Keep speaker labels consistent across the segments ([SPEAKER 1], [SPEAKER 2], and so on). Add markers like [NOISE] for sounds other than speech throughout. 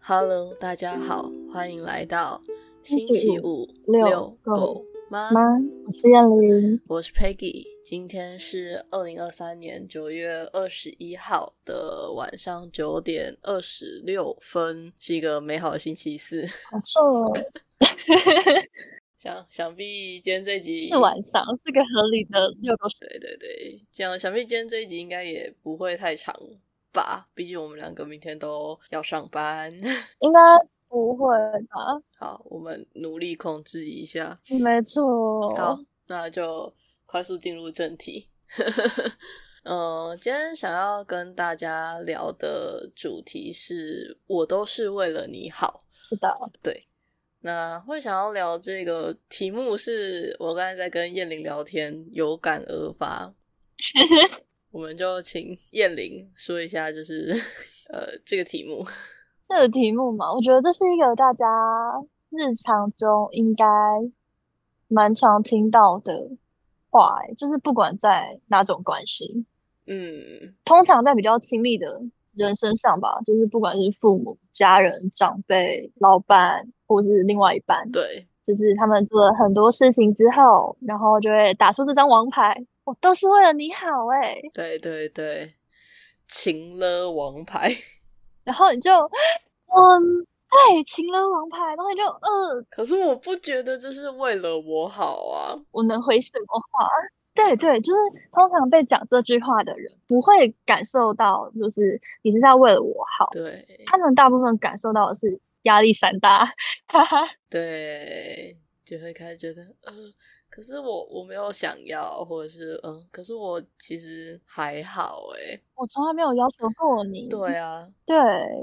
[SPEAKER 1] Hello，大家好，欢迎来到
[SPEAKER 2] 星
[SPEAKER 1] 星
[SPEAKER 2] 期
[SPEAKER 1] 期五
[SPEAKER 2] 六
[SPEAKER 1] 遛
[SPEAKER 2] 狗
[SPEAKER 1] 狗妈。
[SPEAKER 2] 妈，我是燕玲。
[SPEAKER 1] 我是 Peggy，今天是二零二三年九月二十一号的晚上九点二十六分，是一个美好的星期四。
[SPEAKER 2] 好瘦哦，
[SPEAKER 1] 想想必今天这集
[SPEAKER 2] 是晚上，是个合理的遛狗时
[SPEAKER 1] 对对对，这样想必今天这一集应该也不会太长吧，毕竟我们两个明天都要上班。 [LAUGHS]
[SPEAKER 2] 应该不会吧？
[SPEAKER 1] 好，我们努力控制一下。
[SPEAKER 2] 没错。
[SPEAKER 1] 好，啊那就快速进入正题。 [LAUGHS] 嗯，今天想要跟大家聊的主题是我都是为了你好。
[SPEAKER 2] 是的， [LAUGHS]
[SPEAKER 1] 那会想要聊这个题目，是我刚才在跟燕玲聊天，有感而发。我们就请燕玲说一下，就是 [LAUGHS] 呃这个题目。
[SPEAKER 2] 这个题目嘛，我觉得这是一个大家日常中应该蛮常听到的话欸，就是不管在哪种关系，
[SPEAKER 1] 嗯
[SPEAKER 2] 通常在比较亲密的人身上吧，就是不管是父母、家人、长辈、老板，或是另外一半，，
[SPEAKER 1] 对，
[SPEAKER 2] 就是他们做了很多事情之后，然后就会打出这张王牌，我都是为了你好哎、
[SPEAKER 1] 对对对，情了王牌， [LAUGHS]
[SPEAKER 2] 然后你就，嗯，对，擒了王牌，然后你就，呃，
[SPEAKER 1] 可是我不觉得这是为了我好啊。
[SPEAKER 2] 我能回什么话？对对，就是通常被讲这句话的人，不会感受到就是你是在为了我好，
[SPEAKER 1] 对
[SPEAKER 2] 他们大部分感受到的是压力山大， [LAUGHS] 哈哈。
[SPEAKER 1] 对，就会开始觉得，呃，可是我我没有想要，或者是嗯、呃可是我其实还好诶。
[SPEAKER 2] 我从来没有要求过你，
[SPEAKER 1] 对啊，
[SPEAKER 2] 对，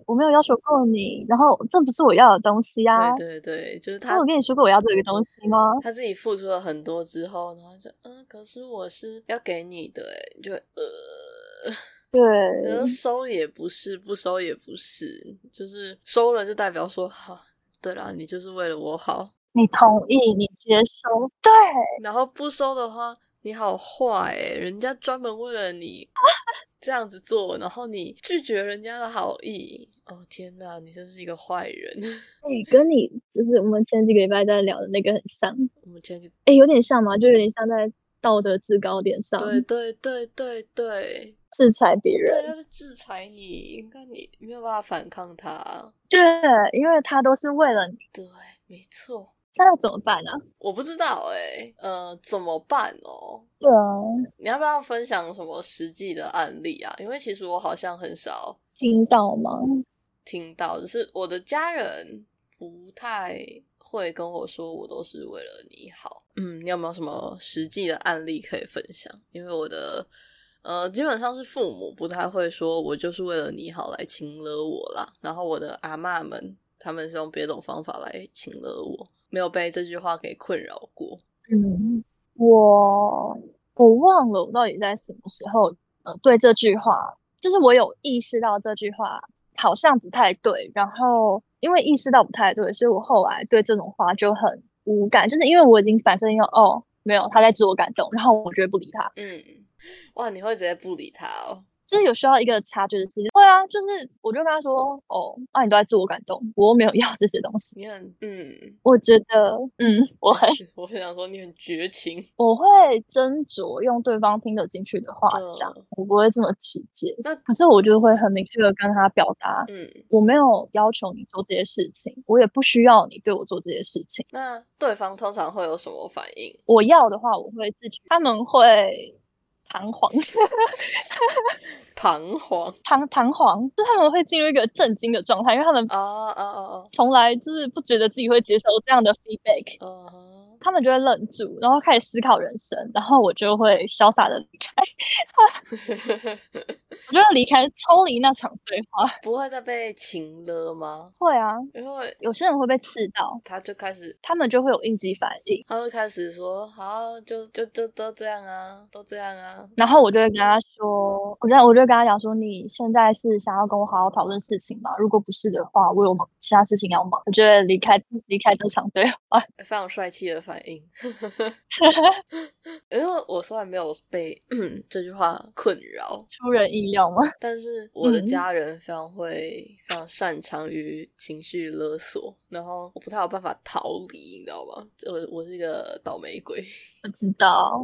[SPEAKER 2] 我没有要求过你，然后这不是我要的东西啊。
[SPEAKER 1] 对对对，就是
[SPEAKER 2] 那
[SPEAKER 1] 他
[SPEAKER 2] 我跟你说过我要这个东西吗？
[SPEAKER 1] 他自己付出了很多之后，然后就嗯、可是我是要给你的诶，你就会呃。
[SPEAKER 2] 对，
[SPEAKER 1] 可是收也不是，不收也不是，就是收了就代表说好，对啦，你就是为了我好。
[SPEAKER 2] 你同意，你接收，对，
[SPEAKER 1] 然后不收的话，你好坏哎、人家专门为了 [LAUGHS] 你这样子做，然后你拒绝人家的好意，哦天哪，你真是一个坏人。 [LAUGHS]
[SPEAKER 2] 你哎跟你就是我们前几个礼拜在聊的那个很像，
[SPEAKER 1] 我们前个
[SPEAKER 2] 哎，有点像吗？就有点像在道德制高点上
[SPEAKER 1] 对对对对对
[SPEAKER 2] 制裁别
[SPEAKER 1] 对，
[SPEAKER 2] 人，
[SPEAKER 1] 他是制裁你，应该你没有办法反抗他。
[SPEAKER 2] 对，因为他都是为了你，
[SPEAKER 1] 对，没错。
[SPEAKER 2] 这要怎么办啊？
[SPEAKER 1] 我不知道哎、呃，怎么办哦？
[SPEAKER 2] 对啊，
[SPEAKER 1] 你要不要分享什么实际的案例啊？因为其实我好像很少
[SPEAKER 2] 听到吗？
[SPEAKER 1] 听到，就是我的家人不太会跟我说我都是为了你好。嗯，你有没有什么实际的案例可以分享？因为我的呃，基本上是父母不太会说我就是为了你好来请了我啦。然后我的阿嬷们，他们是用别种方法来请了我，没有被这句话给困扰过。
[SPEAKER 2] 嗯，我我忘了我到底在什么时候，呃，对这句话，就是我有意识到这句话好像不太对，然后因为意识到不太对，所以我后来对这种话就很无感，就是因为我已经反射应用，哦，没有，他在自我感动，然后我就会不理他，
[SPEAKER 1] 嗯，哇，你会直接不理他哦。
[SPEAKER 2] 就是有需要一个察觉的时间。会啊，就是我就跟他说，哦，啊，你都在自我感动，我又没有要这些东西。
[SPEAKER 1] 你很嗯，
[SPEAKER 2] 我觉得，嗯，我很
[SPEAKER 1] 是我很想说你很绝情。
[SPEAKER 2] 我会斟酌用对方听得进去的话讲，
[SPEAKER 1] 嗯
[SPEAKER 2] 我不会这么直接。
[SPEAKER 1] 那
[SPEAKER 2] 可是我就会很明确的跟他表达，
[SPEAKER 1] 嗯，
[SPEAKER 2] 我没有要求你做这些事情，我也不需要你对我做这些事情。
[SPEAKER 1] 那对方通常会有什么反应？
[SPEAKER 2] 我要的话，我会自己。他们会彷徨，
[SPEAKER 1] 彷徨
[SPEAKER 2] 彷彷徨，就他们会进入一个震惊的状态，因为他们
[SPEAKER 1] 啊啊啊
[SPEAKER 2] 从来就是不觉得自己会接受这样的 feedback。
[SPEAKER 1] 啊！嗯，
[SPEAKER 2] 他们就会愣住，然后开始思考人生，然后我就会潇洒的离开， [LAUGHS] 我就会离开，抽离那场对话。
[SPEAKER 1] [LAUGHS] 不会再被情了吗？
[SPEAKER 2] 会啊，
[SPEAKER 1] 因为
[SPEAKER 2] 有些人会被刺到，
[SPEAKER 1] 他就开始，
[SPEAKER 2] 他们就会有应激反应，
[SPEAKER 1] 他会开始说：“好，就就就都这样啊，都这样啊。
[SPEAKER 2] 然后我就会跟他说，我在我就跟他讲说，你现在是想要跟我好好讨论事情吗？如果不是的话，我有忙其他事情要忙。我觉得离开离开这场对话，
[SPEAKER 1] 非常帅气的反应， [LAUGHS] 因为我虽然没有被 [CLEARS THROAT] 这句话困扰，
[SPEAKER 2] [LAUGHS] 出人意料吗？
[SPEAKER 1] 但是我的
[SPEAKER 2] 嗯
[SPEAKER 1] 家人非常会、非常擅长于情绪勒索，然后我不太有办法逃离，你知道吗？我我是一个倒霉鬼，
[SPEAKER 2] 不知道，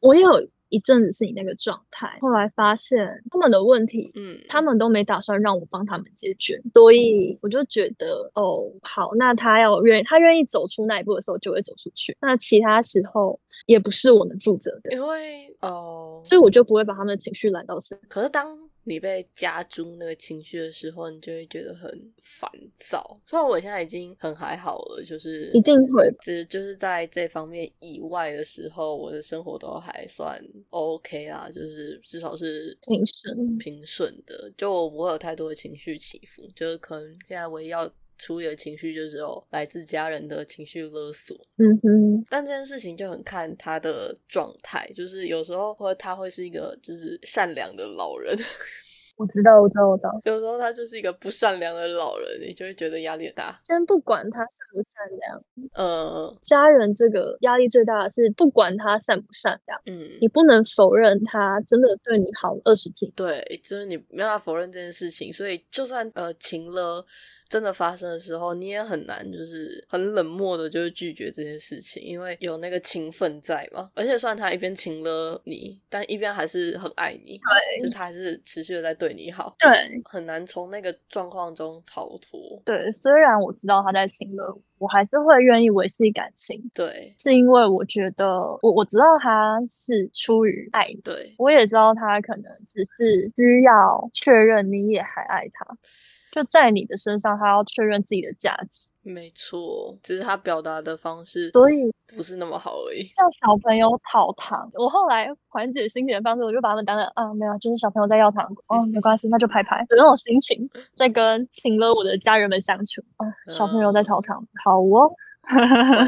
[SPEAKER 2] 我也有一阵子是你那个状态，后来发现他们的问题，
[SPEAKER 1] 嗯，
[SPEAKER 2] 他们都没打算让我帮他们解决，所以我就觉得，哦，好，那他要愿他愿意走出那一步的时候，就会走出去。那其他时候也不是我能负责的，
[SPEAKER 1] 因为哦，
[SPEAKER 2] 所以我就不会把他们的情绪揽到身。
[SPEAKER 1] 可是当你被加诸那个情绪的时候，你就会觉得很烦躁。虽然我现在已经很还好了，就是
[SPEAKER 2] 一定会吧
[SPEAKER 1] 只就是在这方面以外的时候，我的生活都还算 OK 啦，就是至少是
[SPEAKER 2] 平顺
[SPEAKER 1] 平顺的，就我不会有太多的情绪起伏，就是可能现在唯一要。处理的情绪就只有来自家人的情绪勒索，
[SPEAKER 2] 嗯哼，
[SPEAKER 1] 但这件事情就很看他的状态，就是有时候或他会是一个就是善良的老人， [LAUGHS]
[SPEAKER 2] 我知道，我知道，我知道。
[SPEAKER 1] 有时候他就是一个不善良的老人，你就会觉得压力很大。
[SPEAKER 2] 先不管他善不善良，
[SPEAKER 1] 呃，
[SPEAKER 2] 家人这个压力最大的是不管他善不善良。
[SPEAKER 1] 嗯
[SPEAKER 2] 你，不能否认他真的对你好二十几。
[SPEAKER 1] 对，就是你没办法否认这件事情，所以就算呃情了真的发生的时候，你也很难就是很冷漠的，就是拒绝这件事情，因为有那个情分在嘛。而且虽然他一边情了你，但一边还是很爱你，
[SPEAKER 2] 对
[SPEAKER 1] 就是他还是持续的在对你好，
[SPEAKER 2] 对
[SPEAKER 1] 很难从那个状况中逃脱。
[SPEAKER 2] 对，虽然我知道他在情了，我还是会愿意维系感情，
[SPEAKER 1] 对
[SPEAKER 2] 是因为我觉得我我知道他是出于爱你，
[SPEAKER 1] 对，
[SPEAKER 2] 我也知道他可能只是需要确认你也还爱他，就在你的身上，他要确认自己的价值。
[SPEAKER 1] 没错，只是他表达的方式
[SPEAKER 2] 所以
[SPEAKER 1] 不是那么好而
[SPEAKER 2] [LAUGHS]
[SPEAKER 1] 已。
[SPEAKER 2] 向小朋友讨糖，我后来缓解心情的方式，我就把他们当成啊，没有，就是小朋友在要糖果，哦，没关系，那就拍拍的那种心情，在跟请了我的家人们相处啊，小朋友在
[SPEAKER 1] 嗯
[SPEAKER 2] 讨糖，好哦，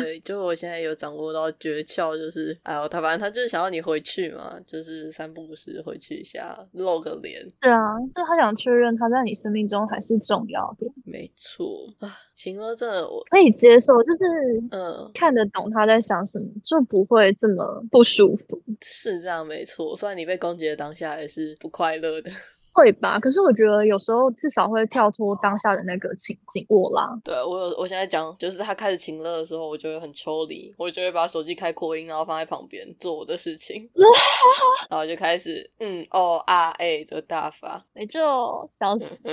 [SPEAKER 1] 对，就我现在有掌握到诀窍，就是哎呦，他反正他就是想要你回去嘛，就是三不五时回去一下，露个脸，
[SPEAKER 2] 对啊，就他想确认他在你生命中还是重要的，
[SPEAKER 1] 没错啊。情歌真的我，
[SPEAKER 2] 可以接受，就是
[SPEAKER 1] 嗯，
[SPEAKER 2] 看得懂他在想什么，就不会这么不舒服，
[SPEAKER 1] 是这样没错。虽然你被攻击的当下也是不快乐的，
[SPEAKER 2] 会吧？可是我觉得有时候至少会跳脱当下的那个情境，我啦，
[SPEAKER 1] 对我有我现在讲，就是他开始情乐的时候，我就会很抽离，我就会把手机开扩音，然后放在旁边做我的事情， [LAUGHS] 然后就开始嗯哦啊哎的大发，
[SPEAKER 2] 也就小死。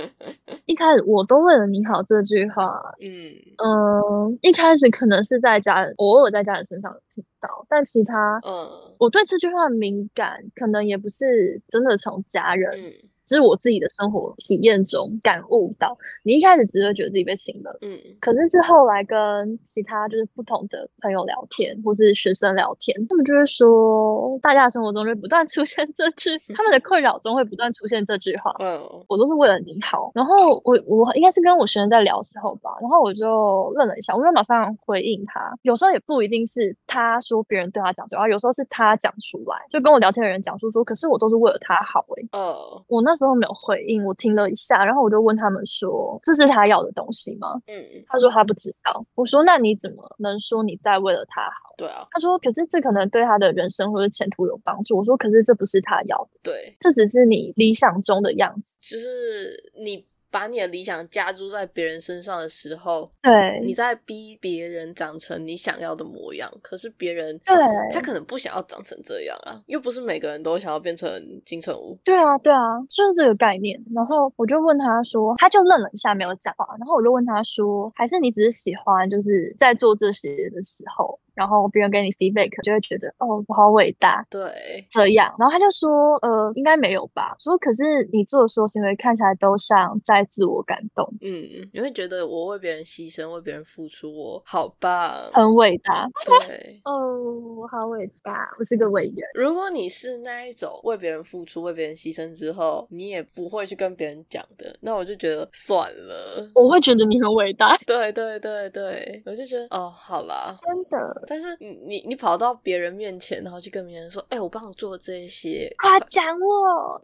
[SPEAKER 2] 一开始我都为了你好这句话，
[SPEAKER 1] 嗯
[SPEAKER 2] 嗯，一开始可能是在家人偶尔在家人身上有听到，但其他
[SPEAKER 1] 嗯
[SPEAKER 2] 我对这句话的敏感，可能也不是真的从家人，
[SPEAKER 1] 嗯
[SPEAKER 2] 就是我自己的生活体验中感悟到。你一开始只会觉得自己被请了，
[SPEAKER 1] 嗯
[SPEAKER 2] 可是是后来跟其他就是不同的朋友聊天，或是学生聊天，他们就会说，大家的生活中就会不断出现这句，他们的困扰中会不断出现这句话。
[SPEAKER 1] 嗯
[SPEAKER 2] 我都是为了你好。然后我我应该是跟我学生在聊的时候吧，然后我就愣了一下，我没有马上回应他。有时候也不一定是他说别人对他讲出来，啊而有时候是他讲出来，就跟我聊天的人讲出说，可是我都是为了他好诶、
[SPEAKER 1] 哦
[SPEAKER 2] 我那时候没有回应，我听了一下，然后我就问他们说：“这是他要的东西吗
[SPEAKER 1] 嗯？”。
[SPEAKER 2] 他说他不知道。我说：“那你怎么能说你在为了他好
[SPEAKER 1] 对啊，？”
[SPEAKER 2] 他说：“可是这可能对他的人生或者前途有帮助。”我说：“可是这不是他要的，
[SPEAKER 1] 对，
[SPEAKER 2] 这只是你理想中的样子。
[SPEAKER 1] 就是你把你的理想加注在别人身上的时候，”
[SPEAKER 2] 对，
[SPEAKER 1] 你在逼别人长成你想要的模样，可是别人
[SPEAKER 2] 对
[SPEAKER 1] 他可能不想要长成这样啊，又不是每个人都想要变成金城武。
[SPEAKER 2] 对啊，对啊，就是这个概念。然后我就问他说，他就愣了一下，没有讲话。然后我就问他说，还是你只是喜欢，就是在做这些的时候，然后别人给你 feedback 就会觉得，哦，我好伟大
[SPEAKER 1] 对，
[SPEAKER 2] 这样。然后他就说，呃，应该没有吧。说可是你做的所有行为看起来都像在自我感动，
[SPEAKER 1] 嗯，你会觉得我为别人牺牲，为别人付出，我好棒。
[SPEAKER 2] 很伟大。
[SPEAKER 1] 对，
[SPEAKER 2] 哦，我好伟大，我是个伟人。
[SPEAKER 1] 如果你是那一种为别人付出、为别人牺牲之后，你也不会去跟别人讲的，那我就觉得算了。
[SPEAKER 2] 我会觉得你很伟大，
[SPEAKER 1] 对对对对，我就觉得哦，好啦，
[SPEAKER 2] 真的。
[SPEAKER 1] 但是你你你跑到别人面前，然后去跟别人说：“哎、我帮你做这些。
[SPEAKER 2] 夸奖我，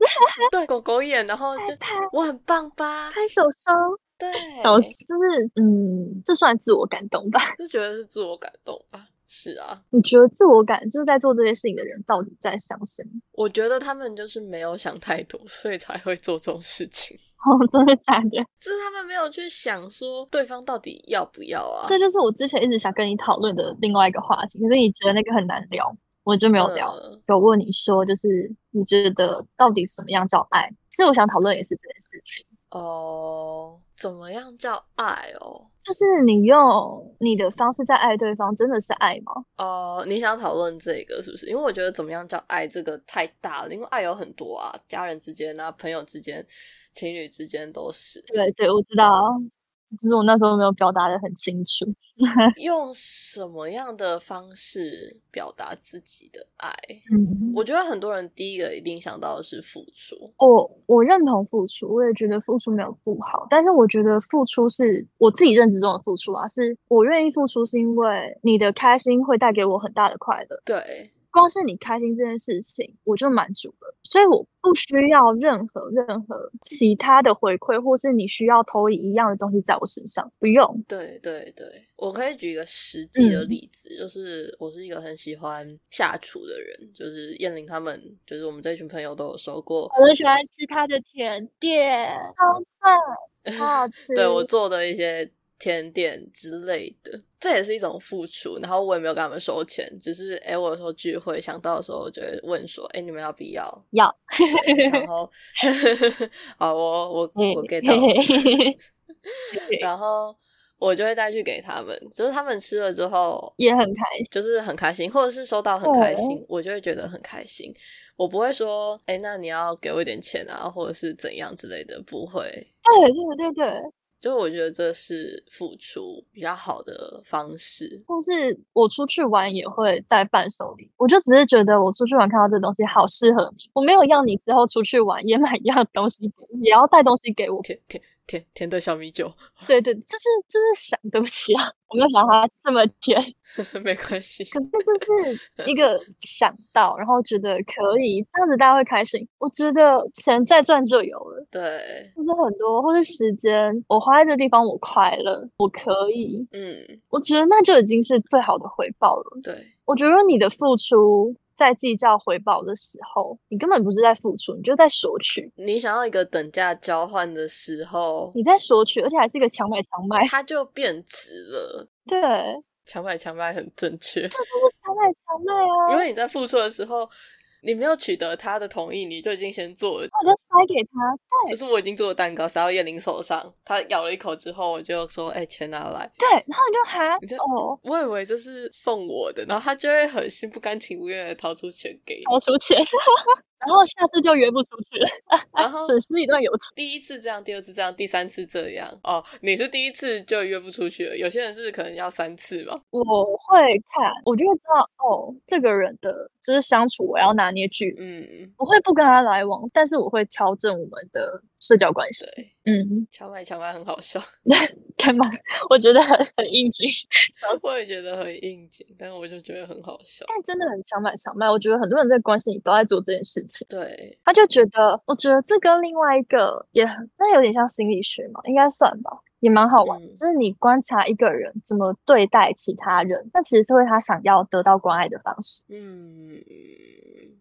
[SPEAKER 1] 对，狗狗眼，然后就
[SPEAKER 2] 拍
[SPEAKER 1] 我很棒吧？
[SPEAKER 2] 拍手手，
[SPEAKER 1] 对，
[SPEAKER 2] 手就是嗯，这算自我感动吧？ [LAUGHS]
[SPEAKER 1] 就觉得是自我感动吧。是啊，
[SPEAKER 2] 你觉得自我感就是在做这些事情的人到底在想什么？
[SPEAKER 1] 我觉得他们就是没有想太多，所以才会做这种事情。
[SPEAKER 2] 哦，真的假的？
[SPEAKER 1] 就是他们没有去想说对方到底要不要啊？
[SPEAKER 2] 这就是我之前一直想跟你讨论的另外一个话题，可是你觉得那个很难聊，我就没有聊。
[SPEAKER 1] 嗯
[SPEAKER 2] 有问你说，就是你觉得到底什么样叫爱？其实我想讨论也是这件事情，
[SPEAKER 1] 哦，怎么样叫爱哦？
[SPEAKER 2] 就是你用你的方式在爱对方，真的是爱吗？
[SPEAKER 1] 哦，你想讨论这个是不是？因为我觉得怎么样叫爱这个太大了，因为爱有很多啊，家人之间啊，朋友之间、情侣之间都
[SPEAKER 2] [LAUGHS]
[SPEAKER 1] 是。
[SPEAKER 2] 对对，我知道啊，就是我那时候没有表达的很清楚。
[SPEAKER 1] 用什么样的方式表达自己的爱？
[SPEAKER 2] 嗯，
[SPEAKER 1] 我觉得很多人第一个一定想到的是付出。
[SPEAKER 2] 我我认同付出，我也觉得付出没有不好，但是我觉得付出是我自己认知中的付出啊，是我愿意付出，是因为你的开心会带给我很大的快乐，
[SPEAKER 1] 对，
[SPEAKER 2] 光是你开心这件事情我就满足了，所以我不需要任何任何其他的回馈，或是你需要投以一样的东西在我身上，不用。
[SPEAKER 1] 对对对，我可以举一个实际的
[SPEAKER 2] 嗯
[SPEAKER 1] 例子，就是我是一个很喜欢下厨的人，就是燕玲他们，就是我们这群朋友都有收过，
[SPEAKER 2] 我很喜欢吃它的甜点，超赞，好 [LAUGHS] 好吃。
[SPEAKER 1] 对我做的一些甜点之类的，这也是一种付出。然后我也没有跟他们收钱，只是哎，诶我有时候聚会想到的时候，我就会问说，哎，你们要不要？
[SPEAKER 2] 要，
[SPEAKER 1] 对然后， [LAUGHS] 好，我我
[SPEAKER 2] 嗯
[SPEAKER 1] 我
[SPEAKER 2] [LAUGHS]
[SPEAKER 1] get 到。然后我就会带去给他们，就是他们吃了之后
[SPEAKER 2] 也很开心。
[SPEAKER 1] 就是很开心，或者是收到很开
[SPEAKER 2] 哦
[SPEAKER 1] 心，我就会觉得很开心。我不会说，哎、那你要给我一点钱啊，或者是怎样之类的，不会。
[SPEAKER 2] 对对对对，
[SPEAKER 1] 就我觉得这是付出比较好的方式。
[SPEAKER 2] 或是我出去玩也会带伴手礼，我就只是觉得我出去玩看到这东西好适合你，我没有要你之后出去玩也买一样的东西给我，也要带东西给我。
[SPEAKER 1] 甜甜甜甜的小米酒， [LAUGHS]
[SPEAKER 2] 对对，就是就是想，对不起啊，我没有想到它这么甜，
[SPEAKER 1] 没关系。
[SPEAKER 2] 可是就是一个想到，然后觉得可以这样子，大家会开心。我觉得钱再赚就有了，
[SPEAKER 1] 对，
[SPEAKER 2] 就是很多或是时间，我花在这地方我快乐，我可以，
[SPEAKER 1] 嗯，
[SPEAKER 2] 我觉得那就已经是最好的回报了。
[SPEAKER 1] 对，
[SPEAKER 2] 我觉得你的付出在计较回报的时候，你根本不是在付出，你就在索取，
[SPEAKER 1] 你想要一个等价交换的时候，
[SPEAKER 2] 你在索取，而且还是一个强买强卖。 [LAUGHS]
[SPEAKER 1] 它就变值了。
[SPEAKER 2] 对，强
[SPEAKER 1] 强买强卖很正确。
[SPEAKER 2] 买强卖啊！
[SPEAKER 1] 因为你在付出的时候，你没有取得他的同意，你就已经先做了。
[SPEAKER 2] 我就塞给他，对
[SPEAKER 1] 就是我已经做了蛋糕，塞到叶玲手上，她咬了一口之后，我就说：“哎、钱拿来。
[SPEAKER 2] 对，然后你就喊
[SPEAKER 1] 你就
[SPEAKER 2] 哦”，
[SPEAKER 1] 我以为这是送我的，然后她就会很心不甘情不愿的掏出钱给你。
[SPEAKER 2] 掏出钱， [LAUGHS] 然后下次就约不出去了，
[SPEAKER 1] 然后
[SPEAKER 2] 损失一段友情。
[SPEAKER 1] 第一次这样，第二次这样，第三次这样。哦，你是第一次就约不出去了，有些人是可能要三次嘛。
[SPEAKER 2] 我会看，我就会知道哦，这个人的就是相处，我要拿捏距离，
[SPEAKER 1] 嗯，
[SPEAKER 2] 我会不跟他来往，但是我会调整我们的社交关系。
[SPEAKER 1] 对，
[SPEAKER 2] 嗯，
[SPEAKER 1] 强买强卖很好笑，
[SPEAKER 2] 干嘛？我觉得很很应景。
[SPEAKER 1] 我也觉得很应景，但我就觉得很好笑。
[SPEAKER 2] 但真的很想买想卖，我觉得很多人在关心你都在做这件事情，
[SPEAKER 1] 对，
[SPEAKER 2] 他就觉得，我觉得这跟另外一个也很，那有点像心理学嘛，应该算吧，也蛮好玩的。
[SPEAKER 1] 嗯
[SPEAKER 2] 就是你观察一个人怎么对待其他人，那其实是会他想要得到关爱的方式，
[SPEAKER 1] 嗯，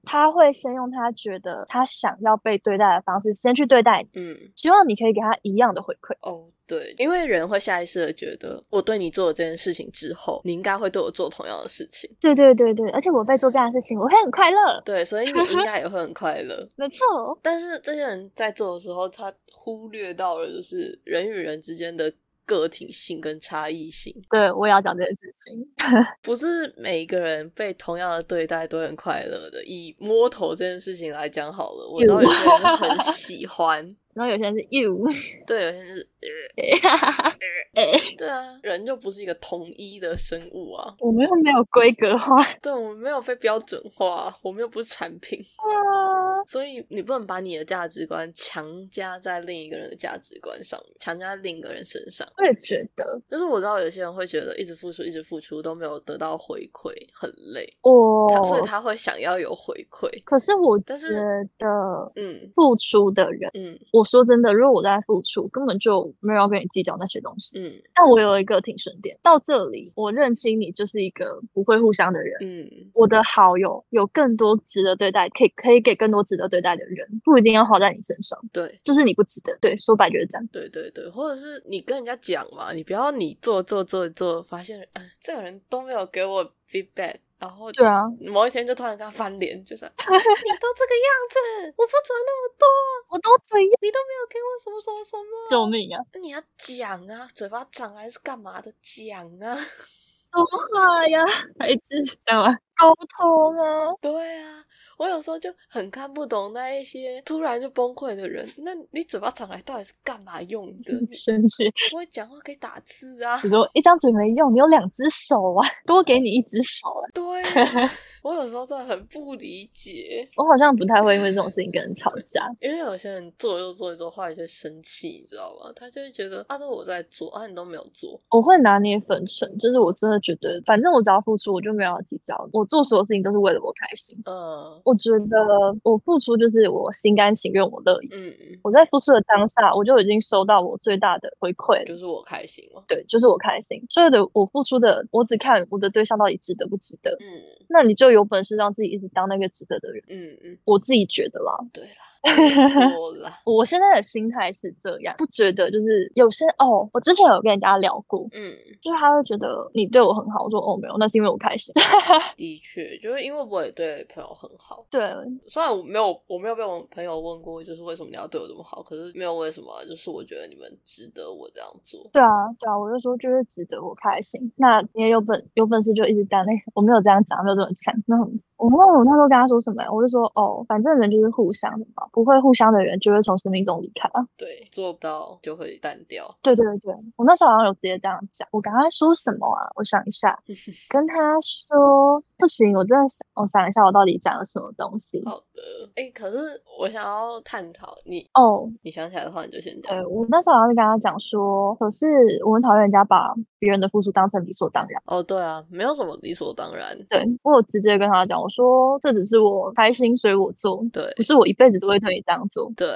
[SPEAKER 2] 他会先用他觉得他想要被对待的方式先去对待你，
[SPEAKER 1] 嗯。
[SPEAKER 2] 希望你可以给他一样的回馈。
[SPEAKER 1] 哦，对，因为人会下意识的觉得，我对你做了这件事情之后，你应该会对我做同样的事情，
[SPEAKER 2] 对对对对，而且我被做这样的事情，我会很快乐。
[SPEAKER 1] 对，所以你 [LAUGHS] 应该也会很快乐。
[SPEAKER 2] 没错，哦
[SPEAKER 1] 但是这些人在做的时候，他忽略到了就是人与人之间的个体性跟差异性，
[SPEAKER 2] 对我也要讲这件事情。
[SPEAKER 1] 不是每个人被同样的对待都很快乐的。以摸头这件事情来讲好了，我知道有啊些人是很喜欢，
[SPEAKER 2] 然后有些人是 you，
[SPEAKER 1] 对，有些人是、 [LAUGHS]
[SPEAKER 2] 哎
[SPEAKER 1] 呃对啊，人就不是一个统一的生物啊。
[SPEAKER 2] 我们又没有规格化。
[SPEAKER 1] 对，我们没有被标准化，我们又不是产品。 [LAUGHS]
[SPEAKER 2] 啊
[SPEAKER 1] 所以你不能把你的价值观强加在另一个人的价值观上面，强加在另一个人身上。
[SPEAKER 2] [LAUGHS] 我也觉得，
[SPEAKER 1] 就是我知道有些人会觉得一直付出，一直付出都没有得到回馈，很累，
[SPEAKER 2] 我
[SPEAKER 1] 他所以他会想要有回馈。
[SPEAKER 2] 可是我觉
[SPEAKER 1] 但是
[SPEAKER 2] 得
[SPEAKER 1] 嗯
[SPEAKER 2] 付出的人，
[SPEAKER 1] 嗯
[SPEAKER 2] 我说真的，如果我在付出，根本就没有要跟你计较那些东西。
[SPEAKER 1] 嗯
[SPEAKER 2] 但我有一个停损点，到这里我认清你就是一个不会互相的人。
[SPEAKER 1] 嗯，
[SPEAKER 2] 我的好友有更多值得对待，可以可以给更多值得对待的人，不一定要花在你身上，
[SPEAKER 1] 对
[SPEAKER 2] 就是你不值得。对，说白就是这样。
[SPEAKER 1] 对对对，或者是你跟人家讲嘛，你不要你做做做做，发现哎，这个人都没有给我 feedback，然后
[SPEAKER 2] 对啊，
[SPEAKER 1] 某一天就突然跟他翻脸，就是啊你都这个样子，我付出了那么多，
[SPEAKER 2] 我都这样，
[SPEAKER 1] 你都没有给我什么什么什么，
[SPEAKER 2] 救命啊！
[SPEAKER 1] 你要讲啊，嘴巴长还是干嘛的讲啊？ [LAUGHS]
[SPEAKER 2] 什么话呀？孩子，这样吗？沟通啊，
[SPEAKER 1] 对啊，我有时候就很看不懂那一些突然就崩溃的人，那你嘴巴长来到底是干嘛用的？你
[SPEAKER 2] 生气。
[SPEAKER 1] 不会讲话可以打字啊 [LAUGHS]
[SPEAKER 2] 你？说一张嘴没用，你有两只手啊， [LAUGHS] 多给你一只手啊。
[SPEAKER 1] 对
[SPEAKER 2] [LAUGHS]
[SPEAKER 1] 啊我有时候真的很不理解，
[SPEAKER 2] 我好像不太会因为这种事情跟人吵架。
[SPEAKER 1] 因为有些人做又做一做，后来就会生气，你知道吗？他就会觉得啊，都我在做啊，你都没有做，
[SPEAKER 2] 我会拿捏分寸，就是我真的觉得，反正我只要付出，我就没有要计较。我做所有事情都是为了我开心。
[SPEAKER 1] 呃，
[SPEAKER 2] 我觉得我付出就是我心甘情愿，我乐意。
[SPEAKER 1] 嗯，嗯
[SPEAKER 2] 我在付出的当下，我就已经收到我最大的回馈了。
[SPEAKER 1] 就是我开心嘛，
[SPEAKER 2] 对，就是我开心。所有的我付出的，我只看我的对象到底值得不值得。
[SPEAKER 1] 嗯
[SPEAKER 2] 那你就有本事让自己一直当那个值得的人。
[SPEAKER 1] 嗯嗯，
[SPEAKER 2] 我自己觉得啦，
[SPEAKER 1] 对啦，没错啦，
[SPEAKER 2] 我现在的心态是这样，不觉得就是有些哦，我之前有跟人家聊过，
[SPEAKER 1] 嗯。
[SPEAKER 2] 就是他会觉得你对我很好，我说哦没有，那是因为我开心。 [LAUGHS]
[SPEAKER 1] 的确，就是因为我也对朋友很好，
[SPEAKER 2] 对，
[SPEAKER 1] 虽然我没有我没有被我朋友问过，就是为什么你要对我这么好，可是没有为什么啊、就是我觉得你们值得我这样做。
[SPEAKER 2] 对啊，对啊，我就说就是值得我开心。那你也有本有本事就一直当那个，我没有这样讲，没有这么强。那我忘了我那时候跟他说什么，我就说哦，反正人就是互相的嘛，不会互相的人就会从生命中离开啊。
[SPEAKER 1] 对，做不到就会淡掉。
[SPEAKER 2] 对对对，我那时候好像有直接这样讲。我刚刚说什么啊？我想一下，跟他说不行，我真的想，我想一下，我到底讲了什么东西。
[SPEAKER 1] 好的，哎、可是我想要探讨你，
[SPEAKER 2] 哦，
[SPEAKER 1] 你想起来的话你就先讲。
[SPEAKER 2] 对，我那时候好像是跟他讲说，可是我很讨厌人家把别人的付出当成理所当然。
[SPEAKER 1] 哦，对啊，没有什么理所当然。
[SPEAKER 2] 对我有直接跟他讲，我说这只是我开心，所以我做，
[SPEAKER 1] 对
[SPEAKER 2] 不是我一辈子都会对你这样做，
[SPEAKER 1] 对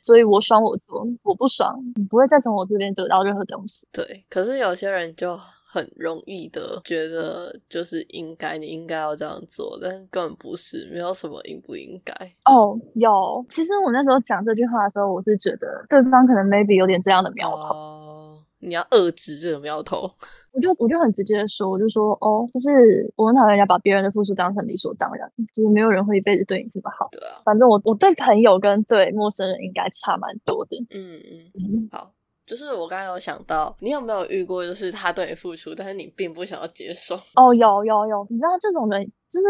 [SPEAKER 2] 所以我爽我做，我不爽，你不会再从我这边得到任何东西。
[SPEAKER 1] 对，可是有些人就很容易的觉得就是应该，你应该要这样做，但是根本不是，没有什么应不应该。
[SPEAKER 2] 哦，有，其实我那时候讲这句话的时候，我是觉得对方可能 maybe 有点这样的苗头，
[SPEAKER 1] 哦，你要遏制这个苗头。
[SPEAKER 2] 我就我就很直接的说，我就说哦，就是我很讨厌人家把别人的付出当成理所当然，就是没有人会一辈子对你这么好。
[SPEAKER 1] 对啊，
[SPEAKER 2] 反正我我对朋友跟对陌生人应该差蛮多的。
[SPEAKER 1] 嗯嗯，
[SPEAKER 2] 嗯，
[SPEAKER 1] 好。就是我刚刚有想到，你有没有遇过，就是他对你付出，但是你并不想要接受？
[SPEAKER 2] 哦，有有有，你知道这种人就是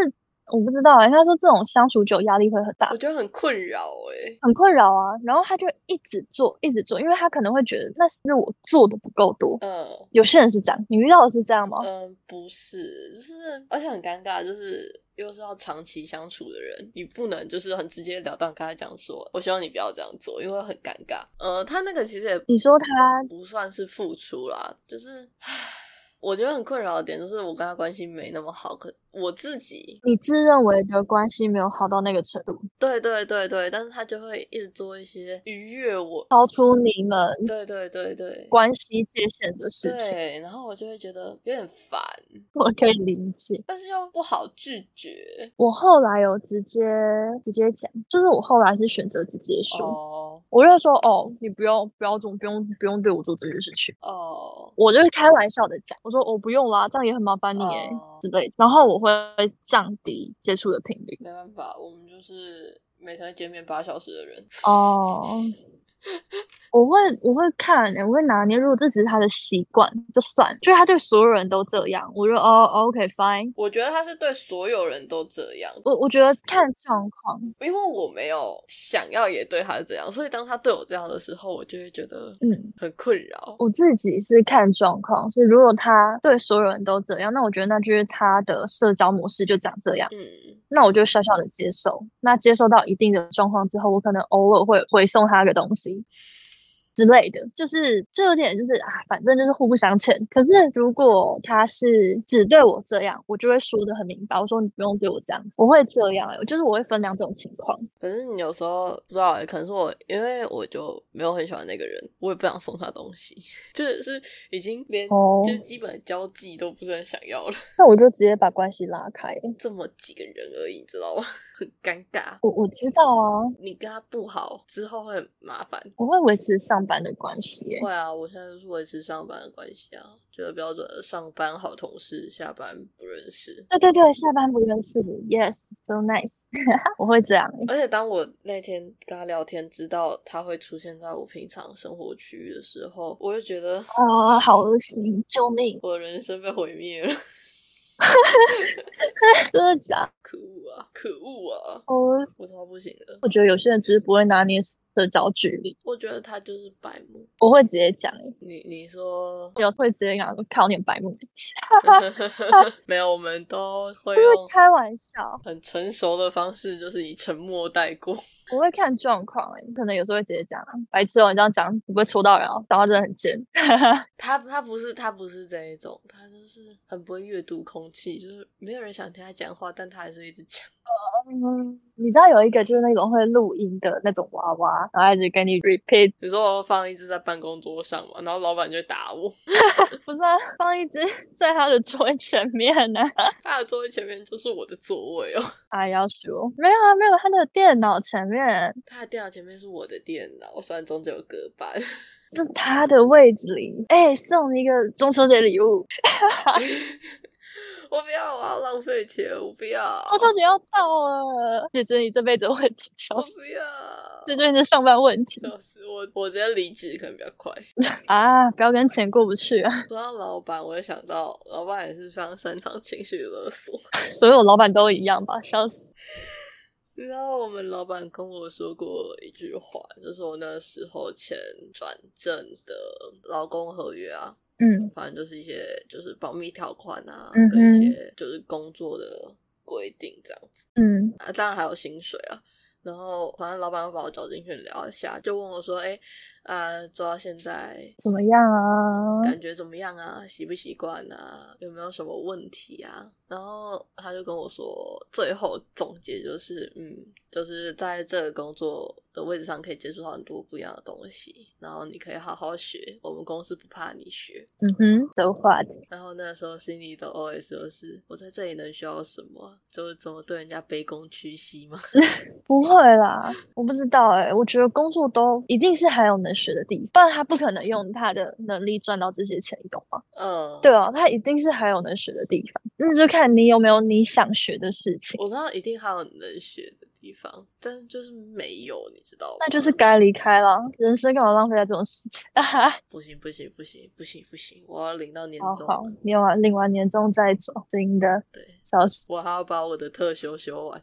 [SPEAKER 2] 我不知道、欸，应该说这种相处久压力会很大
[SPEAKER 1] 我，觉得很困扰哎、
[SPEAKER 2] 很困扰啊。然后他就一直做，一直做，因为他可能会觉得那是不是我做的不够多。
[SPEAKER 1] 嗯
[SPEAKER 2] 有些人是这样，你遇到的是这样吗？
[SPEAKER 1] 嗯，不是，就是而且很尴尬，就是又是要长期相处的人，你不能就是很直截了当跟他讲说，我希望你不要这样做，因为会很尴尬。呃，他那个其实也
[SPEAKER 2] 你说他
[SPEAKER 1] 不算是付出啦，就是唉我觉得很困扰的点就是我跟他关系没那么好，可我自己
[SPEAKER 2] 你自认为的关系没有好到那个程度，
[SPEAKER 1] 对对对对，但是他就会一直做一些愉悦我，
[SPEAKER 2] 超出你们
[SPEAKER 1] 对对对对。
[SPEAKER 2] 关系界限的事情，
[SPEAKER 1] 对，然后我就会觉得有点烦，
[SPEAKER 2] 我可以理解。
[SPEAKER 1] 但是又不好拒绝
[SPEAKER 2] 我后来有直接直接讲，就是我后来是选择直接说。
[SPEAKER 1] 哦
[SPEAKER 2] 我就说哦，你不要不要总不用不用对我做这件事情，
[SPEAKER 1] 哦，
[SPEAKER 2] 我就是开玩笑的讲，我说我、哦不用啦，这样也很麻烦你哎、
[SPEAKER 1] 哦
[SPEAKER 2] 之类的，然后我会降低接触的频率。
[SPEAKER 1] 没办法，我们就是每天见面八小时的人。
[SPEAKER 2] 哦，我会我会看、欸，我会拿捏。如果这只是他的习惯，就算，就是他对所有人都这样，我就哦，OK fine。
[SPEAKER 1] 我觉得他是对所有人都这样，
[SPEAKER 2] 我我觉得看状况，
[SPEAKER 1] 因为我没有想要也对他这样，所以当他对我这样的时候，我就会觉得
[SPEAKER 2] 嗯，
[SPEAKER 1] 很困扰。
[SPEAKER 2] 我自己是看状况，是如果他对所有人都这样，那我觉得那就是他的社交模式就长这样，
[SPEAKER 1] 嗯，
[SPEAKER 2] 那我就小小的接受。那接受到一定的状况之后，我可能偶尔会回送他个东西。之类的，就是就有点就是啊，反正就是互不相欠。可是如果他是只对我这样，我就会说的很明白，我说你不用对我这样子，我会这样、欸，就是我会分两种情况。
[SPEAKER 1] 可是你有时候不知道欸，可能是我，因为我就没有很喜欢那个人，我也不想送他东西， [LAUGHS] 就是已经连、
[SPEAKER 2] 哦
[SPEAKER 1] 就是基本的交际都不是很想要了， [LAUGHS]
[SPEAKER 2] 那我就直接把关系拉开。欸
[SPEAKER 1] 这么几个人而已，你知道吗？ [LAUGHS] 很尴尬。
[SPEAKER 2] 我我知道啊，
[SPEAKER 1] 你跟他不好之后会很麻烦，
[SPEAKER 2] 我会维持上班的关系、欸。
[SPEAKER 1] 会啊，我现在就是维持上班的关系啊，就是标准的上班好同事，下班不认识。
[SPEAKER 2] 对对对，下班不认识，yes，so nice，我 [LAUGHS] 会这样、欸。
[SPEAKER 1] 而且当我那天跟他聊天，知道他会出现在我平常生活区域的时候，我就觉得
[SPEAKER 2] 啊、好恶心！救命！
[SPEAKER 1] 我的人生被毁灭了， [LAUGHS]
[SPEAKER 2] 真的假的？
[SPEAKER 1] 可恶啊，可恶啊，
[SPEAKER 2] 好恶心
[SPEAKER 1] 我超不行的。
[SPEAKER 2] 哦我觉得有些人只是不会拿捏社交距离，
[SPEAKER 1] 我觉得他就是白目。
[SPEAKER 2] 我会直接讲、欸，
[SPEAKER 1] 你你说
[SPEAKER 2] 有时候会直接跟他说：“靠，你很白目。”
[SPEAKER 1] 没有？我们都会
[SPEAKER 2] 就是
[SPEAKER 1] 用
[SPEAKER 2] 开玩笑，
[SPEAKER 1] 很成熟的方式，就是以沉默带过。
[SPEAKER 2] 我会看状况、欸，可能有时候会直接讲啊，白痴哦、你这样讲会不会戳到人哦？讲话真的很贱。
[SPEAKER 1] 他他不是他不是这一种，他就是很不会阅读空气，就是没有人想听他讲话，但他还是一直讲。
[SPEAKER 2] 嗯，你知道有一个就是那种会录音的那种娃娃，然后一直跟你 repeat，
[SPEAKER 1] 有时候我放一只在办公桌上嘛，然后老板就会打我， [LAUGHS]
[SPEAKER 2] 不是啊，放一只在他的桌位前面呢、啊
[SPEAKER 1] 他的座位前面就是我的座位哦， [LAUGHS]
[SPEAKER 2] 哎呀，说没有啊，没有，他的电脑前面
[SPEAKER 1] 他的电脑前面是我的电脑，虽然中间有隔板。 [LAUGHS]
[SPEAKER 2] 是他的位置里。哎、送你一个中秋节礼物，
[SPEAKER 1] 我不要，我要浪费钱，我不要，
[SPEAKER 2] 中秋节要到了，解决你这辈子的问题，
[SPEAKER 1] 我
[SPEAKER 2] 笑死，
[SPEAKER 1] 不要，
[SPEAKER 2] 解决你的上班问题
[SPEAKER 1] 笑死我！我直接离职可能比较快。 [LAUGHS]
[SPEAKER 2] 啊，不要跟钱过不去啊。 [LAUGHS]
[SPEAKER 1] 说到老板，我也想到老板也是非常擅长情绪勒索。
[SPEAKER 2] 所有老板都一样吧，笑死！
[SPEAKER 1] 你知道我们老板跟我说过一句话，就是我那时候前转正的劳工合约啊，
[SPEAKER 2] 嗯，
[SPEAKER 1] 反正就是一些就是保密条款啊，
[SPEAKER 2] 嗯哼
[SPEAKER 1] 跟一些就是工作的规定这样子
[SPEAKER 2] 嗯，
[SPEAKER 1] 啊，当然还有薪水啊。然后反正老板又把我找进去聊一下，就问我说：“哎，呃，做到现在
[SPEAKER 2] 怎么样啊？
[SPEAKER 1] 感觉怎么样啊？习不习惯啊？有没有什么问题啊？然后他就跟我说，最后总结就是，嗯，就是在这个工作的位置上可以接触到很多不一样的东西，然后你可以好好学，我们公司不怕你学。
[SPEAKER 2] 嗯哼，的话，
[SPEAKER 1] 然后那时候心里的 OS 就是，我在这里能学到什么啊？就是怎么对人家卑躬屈膝吗？ [LAUGHS]
[SPEAKER 2] 不会啦，我不知道哎、我觉得工作都一定是还有能学的地方，不然他不可能用他的能力赚到这些钱，你懂吗？
[SPEAKER 1] 嗯，
[SPEAKER 2] 对啊，他一定是还有能学的地方，那就看你有没有你想学的事情，
[SPEAKER 1] 我知道一定还有能学的地方，但是就是没有，你知道吗？
[SPEAKER 2] 那就是该离开了。人生干嘛浪费在这种事情？ [LAUGHS]
[SPEAKER 1] 不行不行不行不行不行，我要领到年
[SPEAKER 2] 好
[SPEAKER 1] 终了，
[SPEAKER 2] 好领完领完年终再走，真的
[SPEAKER 1] 对
[SPEAKER 2] 笑死。
[SPEAKER 1] 我还要把我的特休休完，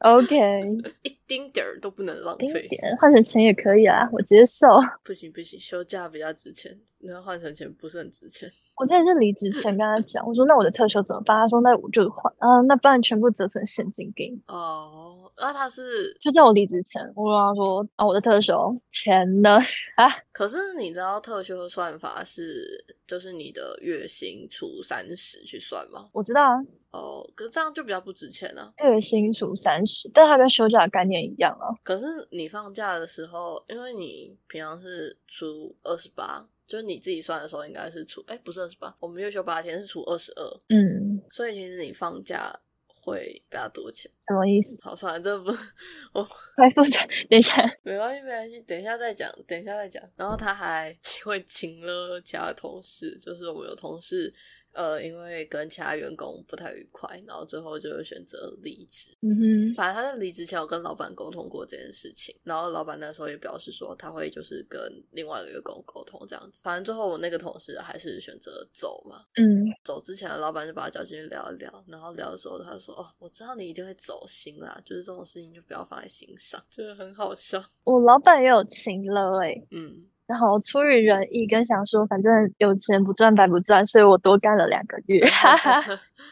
[SPEAKER 2] OK，
[SPEAKER 1] [LAUGHS] 一丁点儿都不能浪
[SPEAKER 2] 零
[SPEAKER 1] 费。
[SPEAKER 2] 点换成钱也可以啊，我接受。
[SPEAKER 1] 不行不行，休假比较值钱，然后换成钱不是很值钱。
[SPEAKER 2] 我之前是离职前跟他讲，我说那我的特休怎么办？他说那我就换，啊，那不然全部折成现金给你。
[SPEAKER 1] 哦，那他是，
[SPEAKER 2] 就在我离职前，我跟他说啊，我的特休钱呢？ [LAUGHS]
[SPEAKER 1] 可是你知道特休的算法是，就是你的月薪除三十去算吗？
[SPEAKER 2] 我知道啊，
[SPEAKER 1] 哦，可是这样就比较不值钱啊。
[SPEAKER 2] 月薪除三十，但它跟休假的概念一样啊。
[SPEAKER 1] 可是你放假的时候，因为你平常是除二十八，就是你自己算的时候应该是除，哎，不是二十八，我们月休八天是除二十二，
[SPEAKER 2] 嗯，
[SPEAKER 1] 所以其实你放假会比较多钱。
[SPEAKER 2] 什么意思？
[SPEAKER 1] 好，算了，这不， [LAUGHS] 我
[SPEAKER 2] 太复杂，等一下，
[SPEAKER 1] 没关系，没关系，等一下再讲，等 [LAUGHS] 一下再讲。然后他还会请了其他同事，就是我们有同事呃，因为跟其他员工不太愉快，然后最后就选择离职。
[SPEAKER 2] 嗯哼，
[SPEAKER 1] 反正他在离职前有跟老板沟通过这件事情，然后老板那时候也表示说他会就是跟另外一个员工沟通这样子。反正最后我那个同事还是选择走嘛，
[SPEAKER 2] 嗯，
[SPEAKER 1] 走之前，老板就把他叫进去聊一聊，然后聊的时候，他说：“哦，我知道你一定会走心啦，就是这种事情就不要放在心上， [LAUGHS] 就是很好笑。
[SPEAKER 2] 我老板也有情了哎、”
[SPEAKER 1] 嗯，
[SPEAKER 2] 然后出于仁义跟想说，反正有钱不赚白不赚，所以我多干了两个月，
[SPEAKER 1] 嗯
[SPEAKER 2] 哈哈， [LAUGHS]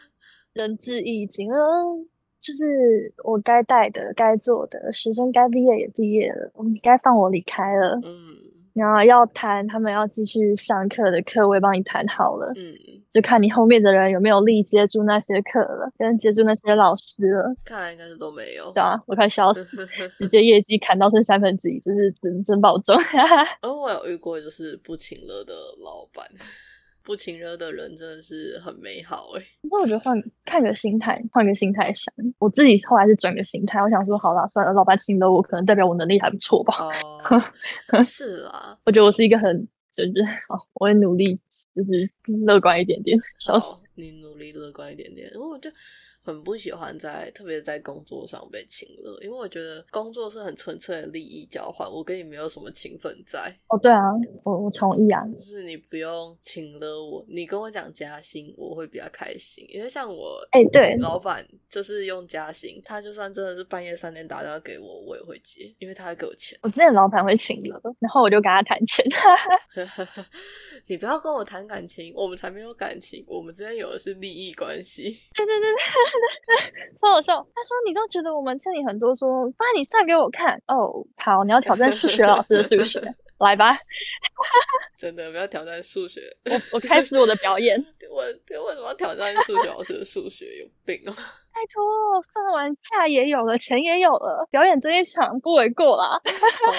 [SPEAKER 2] 仁至义尽，嗯，就是我该带的、该做的，学生该毕业也毕业了，嗯，该放我离开了。
[SPEAKER 1] 嗯
[SPEAKER 2] 然后要谈他们要继续上课的课，我也帮你谈好了，
[SPEAKER 1] 嗯，
[SPEAKER 2] 就看你后面的人有没有力接住那些课了，跟接住那些老师了。
[SPEAKER 1] 看来应该是都没有
[SPEAKER 2] 对。啊，我快笑死，直接业绩砍到剩三分之一，真是真真保重。
[SPEAKER 1] [LAUGHS] 而我有遇过就是不请了的老板，不请了的人真的是很美好哎、
[SPEAKER 2] 那我觉得换看个心态，换个心态想，我自己后来是转个心态，我想说，好啦，算了，老板请了我，可能代表我能力还不错吧。 [LAUGHS]
[SPEAKER 1] 哦，是啦，
[SPEAKER 2] 我觉得我是一个很就是 [LAUGHS] 好，我会努力，就是乐观一点点。笑
[SPEAKER 1] 好
[SPEAKER 2] 死，，
[SPEAKER 1] 你努力乐观一点点。因为我就很不喜欢在，特别在工作上被请了，因为我觉得工作是很纯粹的利益交换，我跟你没有什么情分在，
[SPEAKER 2] 哦，对啊，我我同意啊，
[SPEAKER 1] 就是你不用请了我，你跟我讲加薪，我会比较开心，因为像我。
[SPEAKER 2] 哎、对，
[SPEAKER 1] 老板就是用加薪，他就算真的是半夜三点打电话给我，我也会接，因为他会给我钱。 [LAUGHS]
[SPEAKER 2] 我之前老板会请了，然后我就跟他谈钱， [LAUGHS]
[SPEAKER 1] 你不要跟我谈感情，我们才没有感情，我们之间有的是利益关系。
[SPEAKER 2] 超好笑。他说你都觉得我们欠你很多，说不然你算给我看。哦，好，你要挑战数学老师的数 [LAUGHS] 学，来吧，
[SPEAKER 1] 真的不要挑战数学， [LAUGHS]
[SPEAKER 2] 我我开始我的表演。
[SPEAKER 1] 我我为什么要挑战数学老师的数学？有病哦！ [LAUGHS]
[SPEAKER 2] 拜托，算完假也有了，钱也有了，表演这一场不为过啦。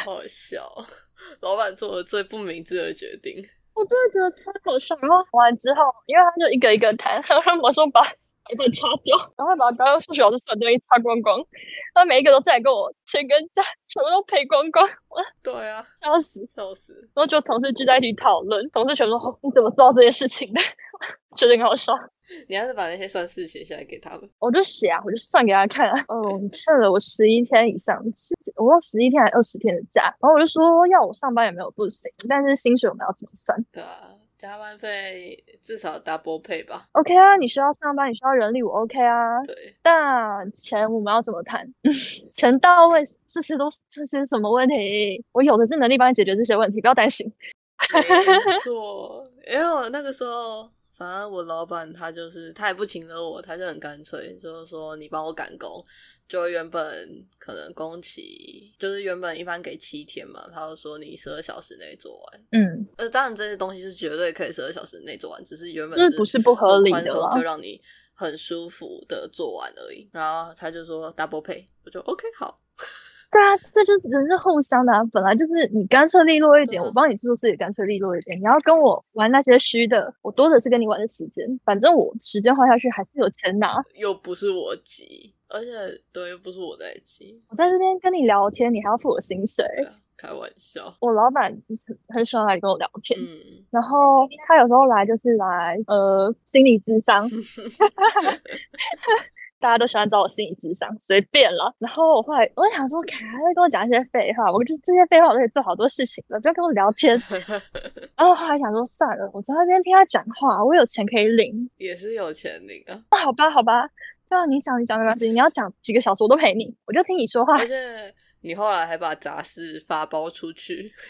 [SPEAKER 1] 好好笑哦， [LAUGHS] 老板做了最不明智的决定。
[SPEAKER 2] 我真的觉得超好笑。然后完之后，因为他就一个一个弹， [LAUGHS] 然后马上把白板擦掉，然后把刚刚数学老师算的东西擦光光，然后每一个都再给我钱跟价全部都赔光光，我
[SPEAKER 1] 对啊，
[SPEAKER 2] 笑死。
[SPEAKER 1] 笑死！
[SPEAKER 2] 然后就同事聚在一起讨论，同事全部说、哦、你怎么做到这件事情的， [LAUGHS] 觉得很好笑。
[SPEAKER 1] 你还是把那些算式写下来给他们。
[SPEAKER 2] 我就写啊，我就算给他看啊。 [LAUGHS] 哦，你欠了我十一天以上，是我忘十一天还是二十天的假。然后我就说要我上班也没有不行，但是薪水我们要怎么算
[SPEAKER 1] 对啊，加班费至少 double pay 吧。
[SPEAKER 2] ？OK 啊，你需要上班，你需要人力，我 OK 啊。
[SPEAKER 1] 对，
[SPEAKER 2] 但钱我们要怎么谈？ [LAUGHS] 钱到位，这些都是这些是什么问题？我有的是能力帮你解决这些问题，不要担心。
[SPEAKER 1] 没错。因为我那个时候，反正我老板他就是他也不请了我，他就很干脆，就是说你帮我赶工。就原本可能工期就是原本一般给七天嘛，他就说你十二小时内做完。
[SPEAKER 2] 嗯，
[SPEAKER 1] 呃，当然这些东西是绝对可以十二小时内做完，只是原本
[SPEAKER 2] 就是不是不合理
[SPEAKER 1] 很宽
[SPEAKER 2] 的
[SPEAKER 1] 松
[SPEAKER 2] 啦
[SPEAKER 1] 就让你很舒服的做完而已。然后他就说 double pay，我就 OK 好，
[SPEAKER 2] 对啊，这就是人是互相的、啊，本来就是你干脆利落一点，
[SPEAKER 1] 对啊
[SPEAKER 2] 我帮你做事也干脆利落一点。你要跟我玩那些虚的，我多的是跟你玩的时间，反正我时间花下去还是有钱拿。
[SPEAKER 1] 又不是我急，而且对，又不是我在急，
[SPEAKER 2] 我在这边跟你聊天，你还要付我薪水。
[SPEAKER 1] 对啊，开玩笑，
[SPEAKER 2] 我老板就是很喜欢来跟我聊天，
[SPEAKER 1] 嗯，
[SPEAKER 2] 然后他有时候来就是来呃心理咨商， [LAUGHS] 大家都喜欢找我心理咨商，随便了。然后我后来我就想说，看他在跟我讲一些废话，我就这些废话我都可以做好多事情了，不要跟我聊天。然后后来想说，算了，我在那边听他讲话，我有钱可以领。
[SPEAKER 1] [LAUGHS] 也是有钱领啊， [LAUGHS]
[SPEAKER 2] 那、好吧，好吧，那你讲你讲没关系，你要讲几个小时我都陪你，我就听你
[SPEAKER 1] [LAUGHS]
[SPEAKER 2] 说话。
[SPEAKER 1] 而且你后来还把杂事发包出去。 [LAUGHS]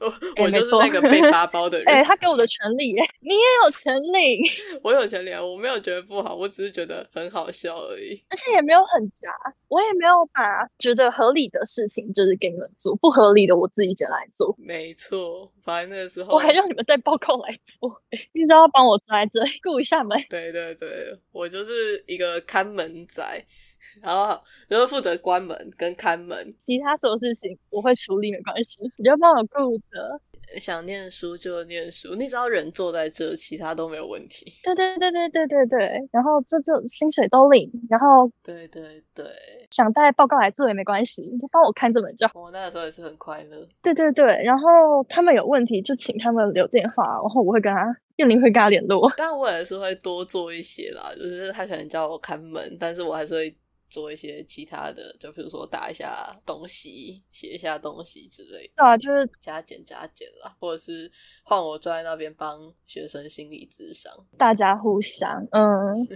[SPEAKER 1] 我
[SPEAKER 2] 哎
[SPEAKER 1] 我就
[SPEAKER 2] 没
[SPEAKER 1] 是
[SPEAKER 2] 错
[SPEAKER 1] 那个被发包的人，
[SPEAKER 2] [LAUGHS] 哎、他给我的权利、哎，你也有权利，
[SPEAKER 1] [LAUGHS] 我有钱领啊，我没有觉得不好，我只是觉得很好笑而已。
[SPEAKER 2] 而且也没有很杂，我也没有把觉得合理的事情就是给你们做，不合理的我自己捡来做。
[SPEAKER 1] 没错，反正那个时候
[SPEAKER 2] 我还让你们带报告来做， [LAUGHS] 你知道要帮我坐在这里顾一下门。
[SPEAKER 1] 对对对，我就是一个看门仔， [LAUGHS] 然后就是负责关门跟看门。
[SPEAKER 2] 其他所有事情我会处理，没关系，你就帮我顾着。
[SPEAKER 1] 想念书就念书，你只要人坐在这，其他都没有问题。
[SPEAKER 2] 对对对对对对对，然后这就薪水都领，然后
[SPEAKER 1] 对对对，
[SPEAKER 2] 想带报告来做也没关系，你就帮我看这本就好。
[SPEAKER 1] 我那个时候也是很快乐。
[SPEAKER 2] 对对对，然后他们有问题就请他们留电话，然后我会跟他燕玲会跟他联络。 [LAUGHS]
[SPEAKER 1] 但我也是会多做一些啦，就是他可能叫我看门，但是我还是会做一些其他的，就比如说打一下东西、写一下东西之类的，
[SPEAKER 2] 对啊，就是
[SPEAKER 1] 加减加减啦，或者是换我坐在那边帮学生心理咨商。 [LAUGHS]
[SPEAKER 2] 大家互相，嗯，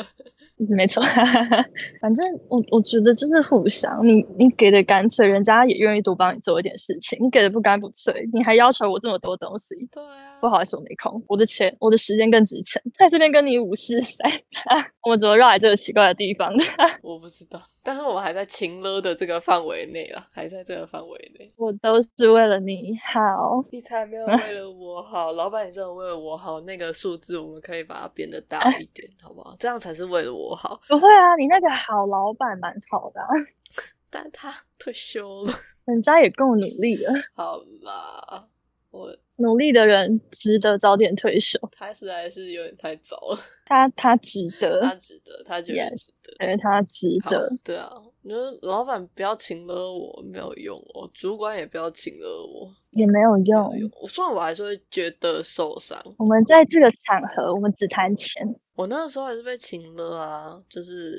[SPEAKER 2] [LAUGHS] 没错，反正我我觉得就是互相，你你给的干脆，人家也愿意多帮你做一点事情；你给的不干不脆，你还要求我这么多东西，
[SPEAKER 1] 对啊，
[SPEAKER 2] 不好意思，我没空，我的钱，我的时间更值钱。在这边跟你五四三， [LAUGHS] 我们怎么绕来这个奇怪的地方的？ [LAUGHS]
[SPEAKER 1] 我不知道，但是我们还在情勒的这个范围内啦，还在这个范围内。
[SPEAKER 2] 我都是为了你好，
[SPEAKER 1] 你才 [LAUGHS] 没有为了我好，老板，你真的为了我好。那个数字我们可以把它变得大一点，好不好？这样才是为了我好。
[SPEAKER 2] 不会啊，你那个好老板蛮好的啊、
[SPEAKER 1] 但他退休了，
[SPEAKER 2] 人家也够努力了，
[SPEAKER 1] 好啦，我
[SPEAKER 2] 努力的人值得早点退休，
[SPEAKER 1] 他实在是有点太早了，
[SPEAKER 2] 他他值
[SPEAKER 1] 他
[SPEAKER 2] 得，
[SPEAKER 1] 值得，他觉得
[SPEAKER 2] Yes
[SPEAKER 1] 值得。
[SPEAKER 2] 因为他值
[SPEAKER 1] 好
[SPEAKER 2] 得。，
[SPEAKER 1] 对啊，我觉得老板不要请了我，没有用哦。主管也不要请了我，
[SPEAKER 2] 也没有
[SPEAKER 1] 没
[SPEAKER 2] 用
[SPEAKER 1] 有。用。我虽然我还是会觉得受伤，
[SPEAKER 2] 我们在这个场合，我们只谈钱，
[SPEAKER 1] 我那个时候也是被请了啊，就是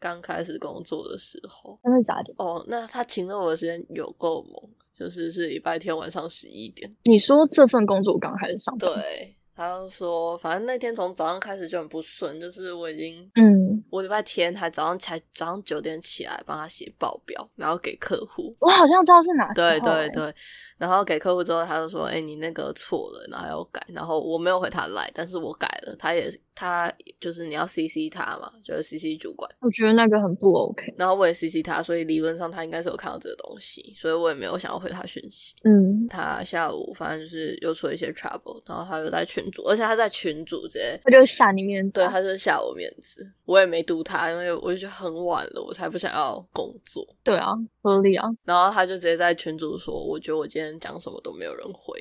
[SPEAKER 1] 刚开始工作的时候。
[SPEAKER 2] 真的假的？
[SPEAKER 1] 哦，那他请了我的时间有够猛，就是是礼拜天晚上十一点。
[SPEAKER 2] 你说这份工作刚开始上班，，
[SPEAKER 1] 对，他就说，反正那天从早上开始就很不顺，就是我已经，
[SPEAKER 2] 嗯，
[SPEAKER 1] 我礼拜天还早上才早上九点起来帮他写报表，然后给客户。
[SPEAKER 2] 我好哦像知道是哪时候、欸
[SPEAKER 1] 对对，对，然后给客户之后，他就说：“哎、你那个错了，然后要改。”然后我没有回他来，但是我改了，他也他就是你要 CC 他嘛，就是 CC 主管，
[SPEAKER 2] 我觉得那个很不 OK。
[SPEAKER 1] 然后我也 CC 他，所以理论上他应该是有看到这个东西，所以我也没有想要回他讯息。
[SPEAKER 2] 嗯，
[SPEAKER 1] 他下午反正就是又出了一些 trouble，然后他又在群组，而且他在群组直接
[SPEAKER 2] 他就吓你面子
[SPEAKER 1] 对
[SPEAKER 2] 啊，
[SPEAKER 1] 他就是下我面子，我也没读他，因为我就觉得很晚了，我才不想要工作。
[SPEAKER 2] 对啊，合理啊。
[SPEAKER 1] 然后他就直接在群组说，我觉得我今天讲什么都没有人回，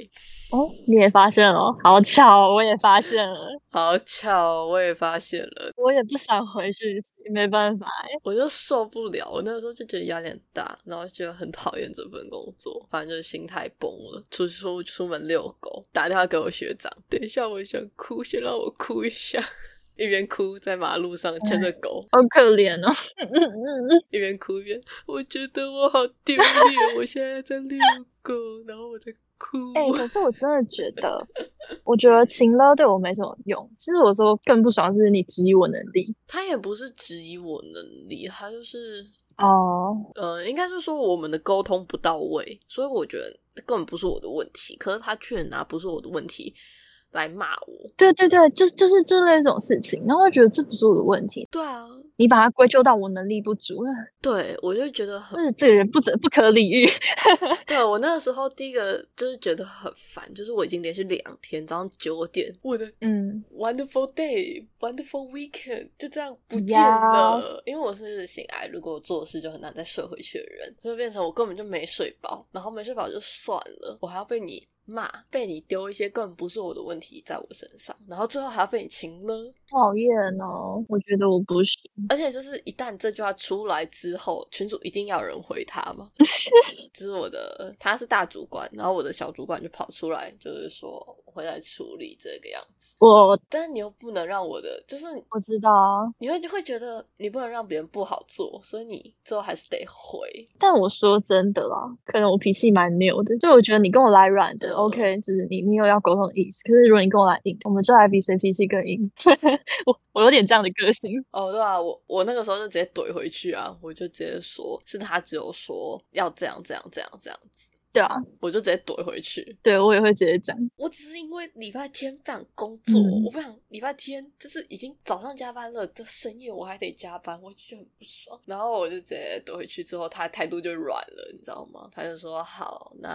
[SPEAKER 2] 哦，你也发现了哦，好巧哦，我也发现了，
[SPEAKER 1] 好巧哦，我也发现了，
[SPEAKER 2] 我也不想回去，没办法欸。
[SPEAKER 1] 我就受不了，我那个时候就觉得压力很大，然后就觉得很讨厌这份工作，反正就是心态崩了。出出出门遛狗，打电话给我学长，等一下我想哭，先让我哭一下。 [LAUGHS] 一边哭在马路上牵着狗，
[SPEAKER 2] 好可怜哦， [LAUGHS] 嗯嗯嗯，
[SPEAKER 1] 一边哭一边，我觉得我好丢脸， [LAUGHS] 我现在在遛狗，然后我在哭。
[SPEAKER 2] 哎、可是我真的觉得，我觉得情勒对我没什么用。其实我说更不爽的是你质疑我能力
[SPEAKER 1] 他也不是质疑我能力，他就是
[SPEAKER 2] 哦，
[SPEAKER 1] 呃，应该是说我们的沟通不到位，所以我觉得根本不是我的问题。可是他却拿不是我的问题来骂我。
[SPEAKER 2] 对对对，就是就是就是那种事情，然后我觉得这不是我的问题，
[SPEAKER 1] 对啊，
[SPEAKER 2] 你把它归咎到我能力不足，那
[SPEAKER 1] 对我就觉得很
[SPEAKER 2] 就是这个人不怎不可理喻。
[SPEAKER 1] 对我那个时候第一个就是觉得很烦，就是我已经连续两天早上九点，我的
[SPEAKER 2] [LAUGHS] 嗯，
[SPEAKER 1] wonderful day wonderful weekend 就这样不见
[SPEAKER 2] Yeah
[SPEAKER 1] 了。因为我是醒来如果我做事就很难再睡回去的人，所以变成我根本就没睡饱，然后没睡饱就算了，我还要被你。骂被你丢一些根本不是我的问题在我身上，然后最后还要被你情了，
[SPEAKER 2] 讨厌哦，我觉得我不是，
[SPEAKER 1] 而且就是一旦这句话出来之后，群主一定要有人回他嘛，就是我的他是大主管，然后我的小主管就跑出来，就是说我会来处理这个样子，
[SPEAKER 2] 我
[SPEAKER 1] 但是你又不能让我的就是
[SPEAKER 2] 我知道啊，
[SPEAKER 1] 你会就会觉得你不能让别人不好做，所以你最后还是得回。
[SPEAKER 2] 但我说真的啦，可能我脾气蛮拗的，就我觉得你跟我来软的、
[SPEAKER 1] 嗯
[SPEAKER 2] o k 就是你你有要沟通的意思。可是如果你跟我来硬，我们就来比谁脾气更硬。 [LAUGHS] 我我有点这样的个性，
[SPEAKER 1] 哦，对啊，我我那个时候就直接怼回去啊，我就直接说是他只有说要这样这样这样这样子，
[SPEAKER 2] 对啊，
[SPEAKER 1] 我就直接怼回去。
[SPEAKER 2] 对我也会直接讲，
[SPEAKER 1] 我只是因为礼拜天不想工作，
[SPEAKER 2] 嗯
[SPEAKER 1] 我不想礼拜天就是已经早上加班了，到深夜我还得加班，我就觉得很不爽。然后我就直接怼回去之后，他态度就软了，你知道吗？他就说好，那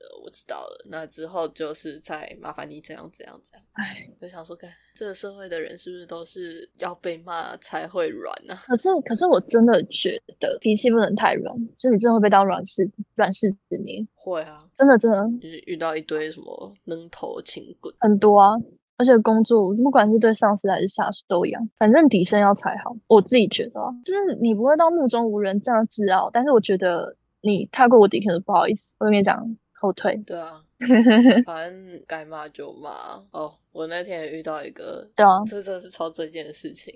[SPEAKER 1] 呃我知道了，那之后就是再麻烦你怎样怎样怎样。
[SPEAKER 2] 哎，
[SPEAKER 1] 我想说，看这个社会的人是不是都是要被骂才会软呢、 [LAUGHS]
[SPEAKER 2] 可是可是我真的觉得脾气不能太软，就你真的会被当软柿软柿子捏，
[SPEAKER 1] 会啊，
[SPEAKER 2] 真的真的
[SPEAKER 1] 就是遇到一堆什么扔头轻棍，
[SPEAKER 2] 很多啊。而且工作，不管是对上司还是下属都一样，反正底线要踩好。我自己觉得、啊，就是你不会到目中无人这样自傲，但是我觉得你踏过我底线的不好意思，我跟你讲后退。 [LAUGHS]
[SPEAKER 1] 对啊，反正该骂就骂。哦，我那天也遇到一个，
[SPEAKER 2] 对啊
[SPEAKER 1] 这真的是超最近的事情，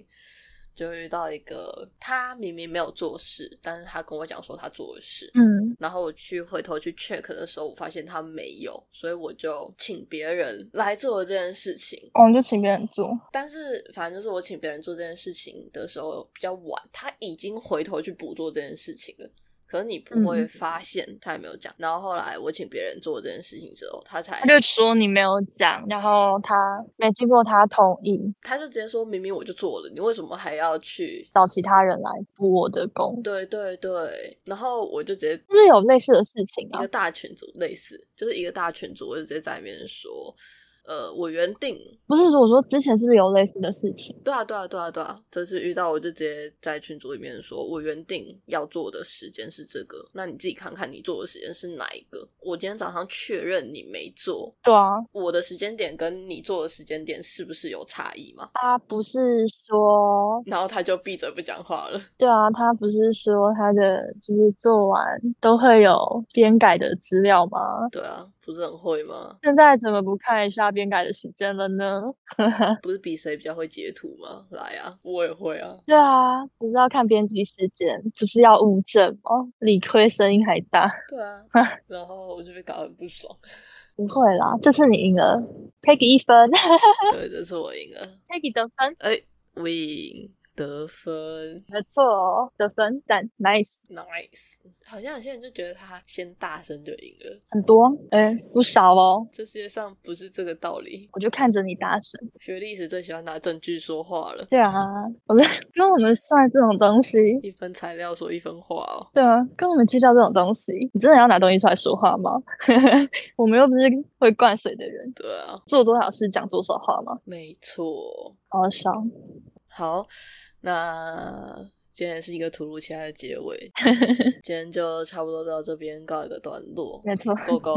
[SPEAKER 1] 就遇到一个他明明没有做事，但是他跟我讲说他做了事，
[SPEAKER 2] 嗯，
[SPEAKER 1] 然后我去回头去 check 的时候，我发现他没有，所以我就请别人来做了这件事情。
[SPEAKER 2] 我们哦就请别人做，
[SPEAKER 1] 但是反正就是我请别人做这件事情的时候比较晚，他已经回头去补做这件事情了。可是你不会
[SPEAKER 2] 嗯
[SPEAKER 1] 发现他也没有讲，然后后来我请别人做这件事情之后，他才
[SPEAKER 2] 他就说你没有讲，然后他没经过他同意，
[SPEAKER 1] 他就直接说明明我就做了，你为什么还要去？
[SPEAKER 2] 找其他人来补我的工，
[SPEAKER 1] 对对对，然后我就直接
[SPEAKER 2] 就是有类似的事情
[SPEAKER 1] 一
[SPEAKER 2] 啊
[SPEAKER 1] 个。大群组，类似就是一个大群组，我就直接在里面说，呃，我原定
[SPEAKER 2] 不是说我说之前是不是有类似的事情？
[SPEAKER 1] 对啊，对啊，对啊，对啊！这次遇到我就直接在群组里面说，我原定要做的时间是这个，那你自己看看你做的时间是哪一个。我今天早上确认你没做，
[SPEAKER 2] 对啊，
[SPEAKER 1] 我的时间点跟你做的时间点是不是有差异嘛？
[SPEAKER 2] 他不是说，
[SPEAKER 1] 然后他就闭嘴不讲话了。
[SPEAKER 2] 对啊，他不是说他的就是做完都会有编改的资料吗？
[SPEAKER 1] 对啊，不是很会吗？
[SPEAKER 2] 现在怎么不看一下编改的时间了呢？
[SPEAKER 1] 不是比谁比较会截图吗？来啊，我也会啊。
[SPEAKER 2] 对啊，不是要看编辑时间，不是要物证吗？理亏声音还大。
[SPEAKER 1] 对啊，然后我就被搞得很不爽。
[SPEAKER 2] 不会啦，这次你赢了，Peggy 一分
[SPEAKER 1] 对，这次我赢了，
[SPEAKER 2] ，Peggy 得分，
[SPEAKER 1] 哎，我赢得分。
[SPEAKER 2] 没错哦，得分，但 nice
[SPEAKER 1] Nice，好像有些人就觉得他先大声就赢了，
[SPEAKER 2] 很多，哎，不少哦。
[SPEAKER 1] 这世界上不是这个道理。
[SPEAKER 2] 我就看着你打神。
[SPEAKER 1] 学历史最喜欢拿证据说话了，
[SPEAKER 2] 对啊，我们 [LAUGHS] 跟我们算这种东西，
[SPEAKER 1] 一分材料说一分话哦。
[SPEAKER 2] 对啊，跟我们计较这种东西，你真的要拿东西出来说话吗？ [LAUGHS] 我们又不是会灌水的人，
[SPEAKER 1] 对啊，
[SPEAKER 2] 做多少事讲多少话吗？
[SPEAKER 1] 没错。
[SPEAKER 2] 好少，
[SPEAKER 1] 好，那今天是一个突如其来的结尾，今天就差不多到这边告一个段落。
[SPEAKER 2] 没错，
[SPEAKER 1] [LAUGHS] 狗狗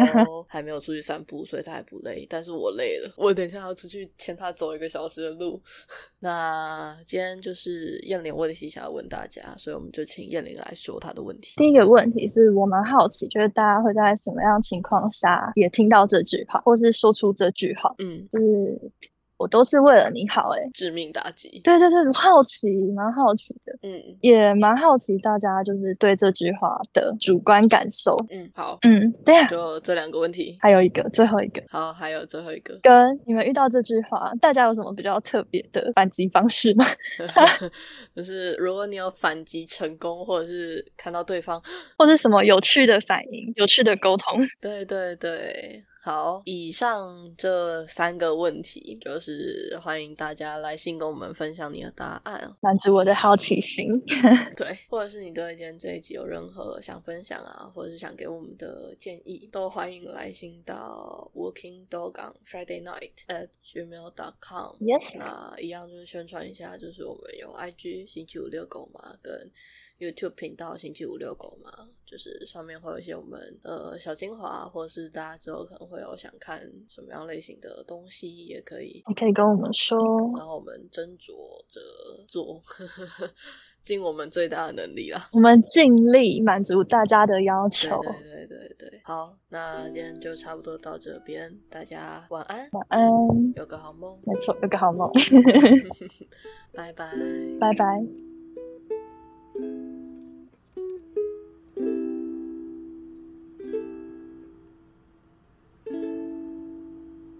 [SPEAKER 1] 还没有出去散步，所以它还不累。但是我累了，我等一下要出去牵它走一个小时的路。那今天就是燕玲问题想要问大家，所以我们就请燕玲来说她的问题。
[SPEAKER 2] 第一个问题是我蛮好奇，就是大家会在什么样的情况下也听到这句话，或是说出这句话？
[SPEAKER 1] 嗯，
[SPEAKER 2] 就是我都是为了你好、欸，诶，
[SPEAKER 1] 致命打击。
[SPEAKER 2] 对对对，我好奇，蛮好奇的，
[SPEAKER 1] 嗯
[SPEAKER 2] 也蛮好奇大家就是对这句话的主观感受。
[SPEAKER 1] 嗯，好，
[SPEAKER 2] 嗯，对啊，
[SPEAKER 1] 就这两个问题。
[SPEAKER 2] 还有一个，最后一个，，
[SPEAKER 1] 好，还有最后一个
[SPEAKER 2] 跟你们遇到这句话，大家有什么比较特别的反击方式吗？
[SPEAKER 1] 就是如果你有反击成功，或者是看到对方，
[SPEAKER 2] 或是什么有趣的反应、有趣的沟通？
[SPEAKER 1] 对对对，好，以上这三个问题，就是欢迎大家来信跟我们分享你的答案哦。
[SPEAKER 2] 满足我的好奇心。
[SPEAKER 1] 对，或者是你对今天这一集有任何想分享啊，或者是想给我们的建议，都欢迎来信到 Working Dog on Friday Night at gmail.com。
[SPEAKER 2] Yes
[SPEAKER 1] 那一样就是宣传一下，就是我们有 IG 星期五遛狗嘛，跟 YouTube 频道星期五遛狗嘛，就是上面会有一些我们呃小精华，或者是大家之后可能会有想看什么样类型的东西，也可以
[SPEAKER 2] 你可以跟我们说，
[SPEAKER 1] 然后我们斟酌着做， [LAUGHS] 尽我们最大的能力啦。
[SPEAKER 2] 我们尽力满足大家的要
[SPEAKER 1] 对
[SPEAKER 2] 求。
[SPEAKER 1] 对对对对，好，那今天就差不多到这边，大家晚安，
[SPEAKER 2] 嗯，
[SPEAKER 1] 有个好梦，
[SPEAKER 2] 没错，有个好梦，
[SPEAKER 1] 拜拜。
[SPEAKER 2] 拜拜。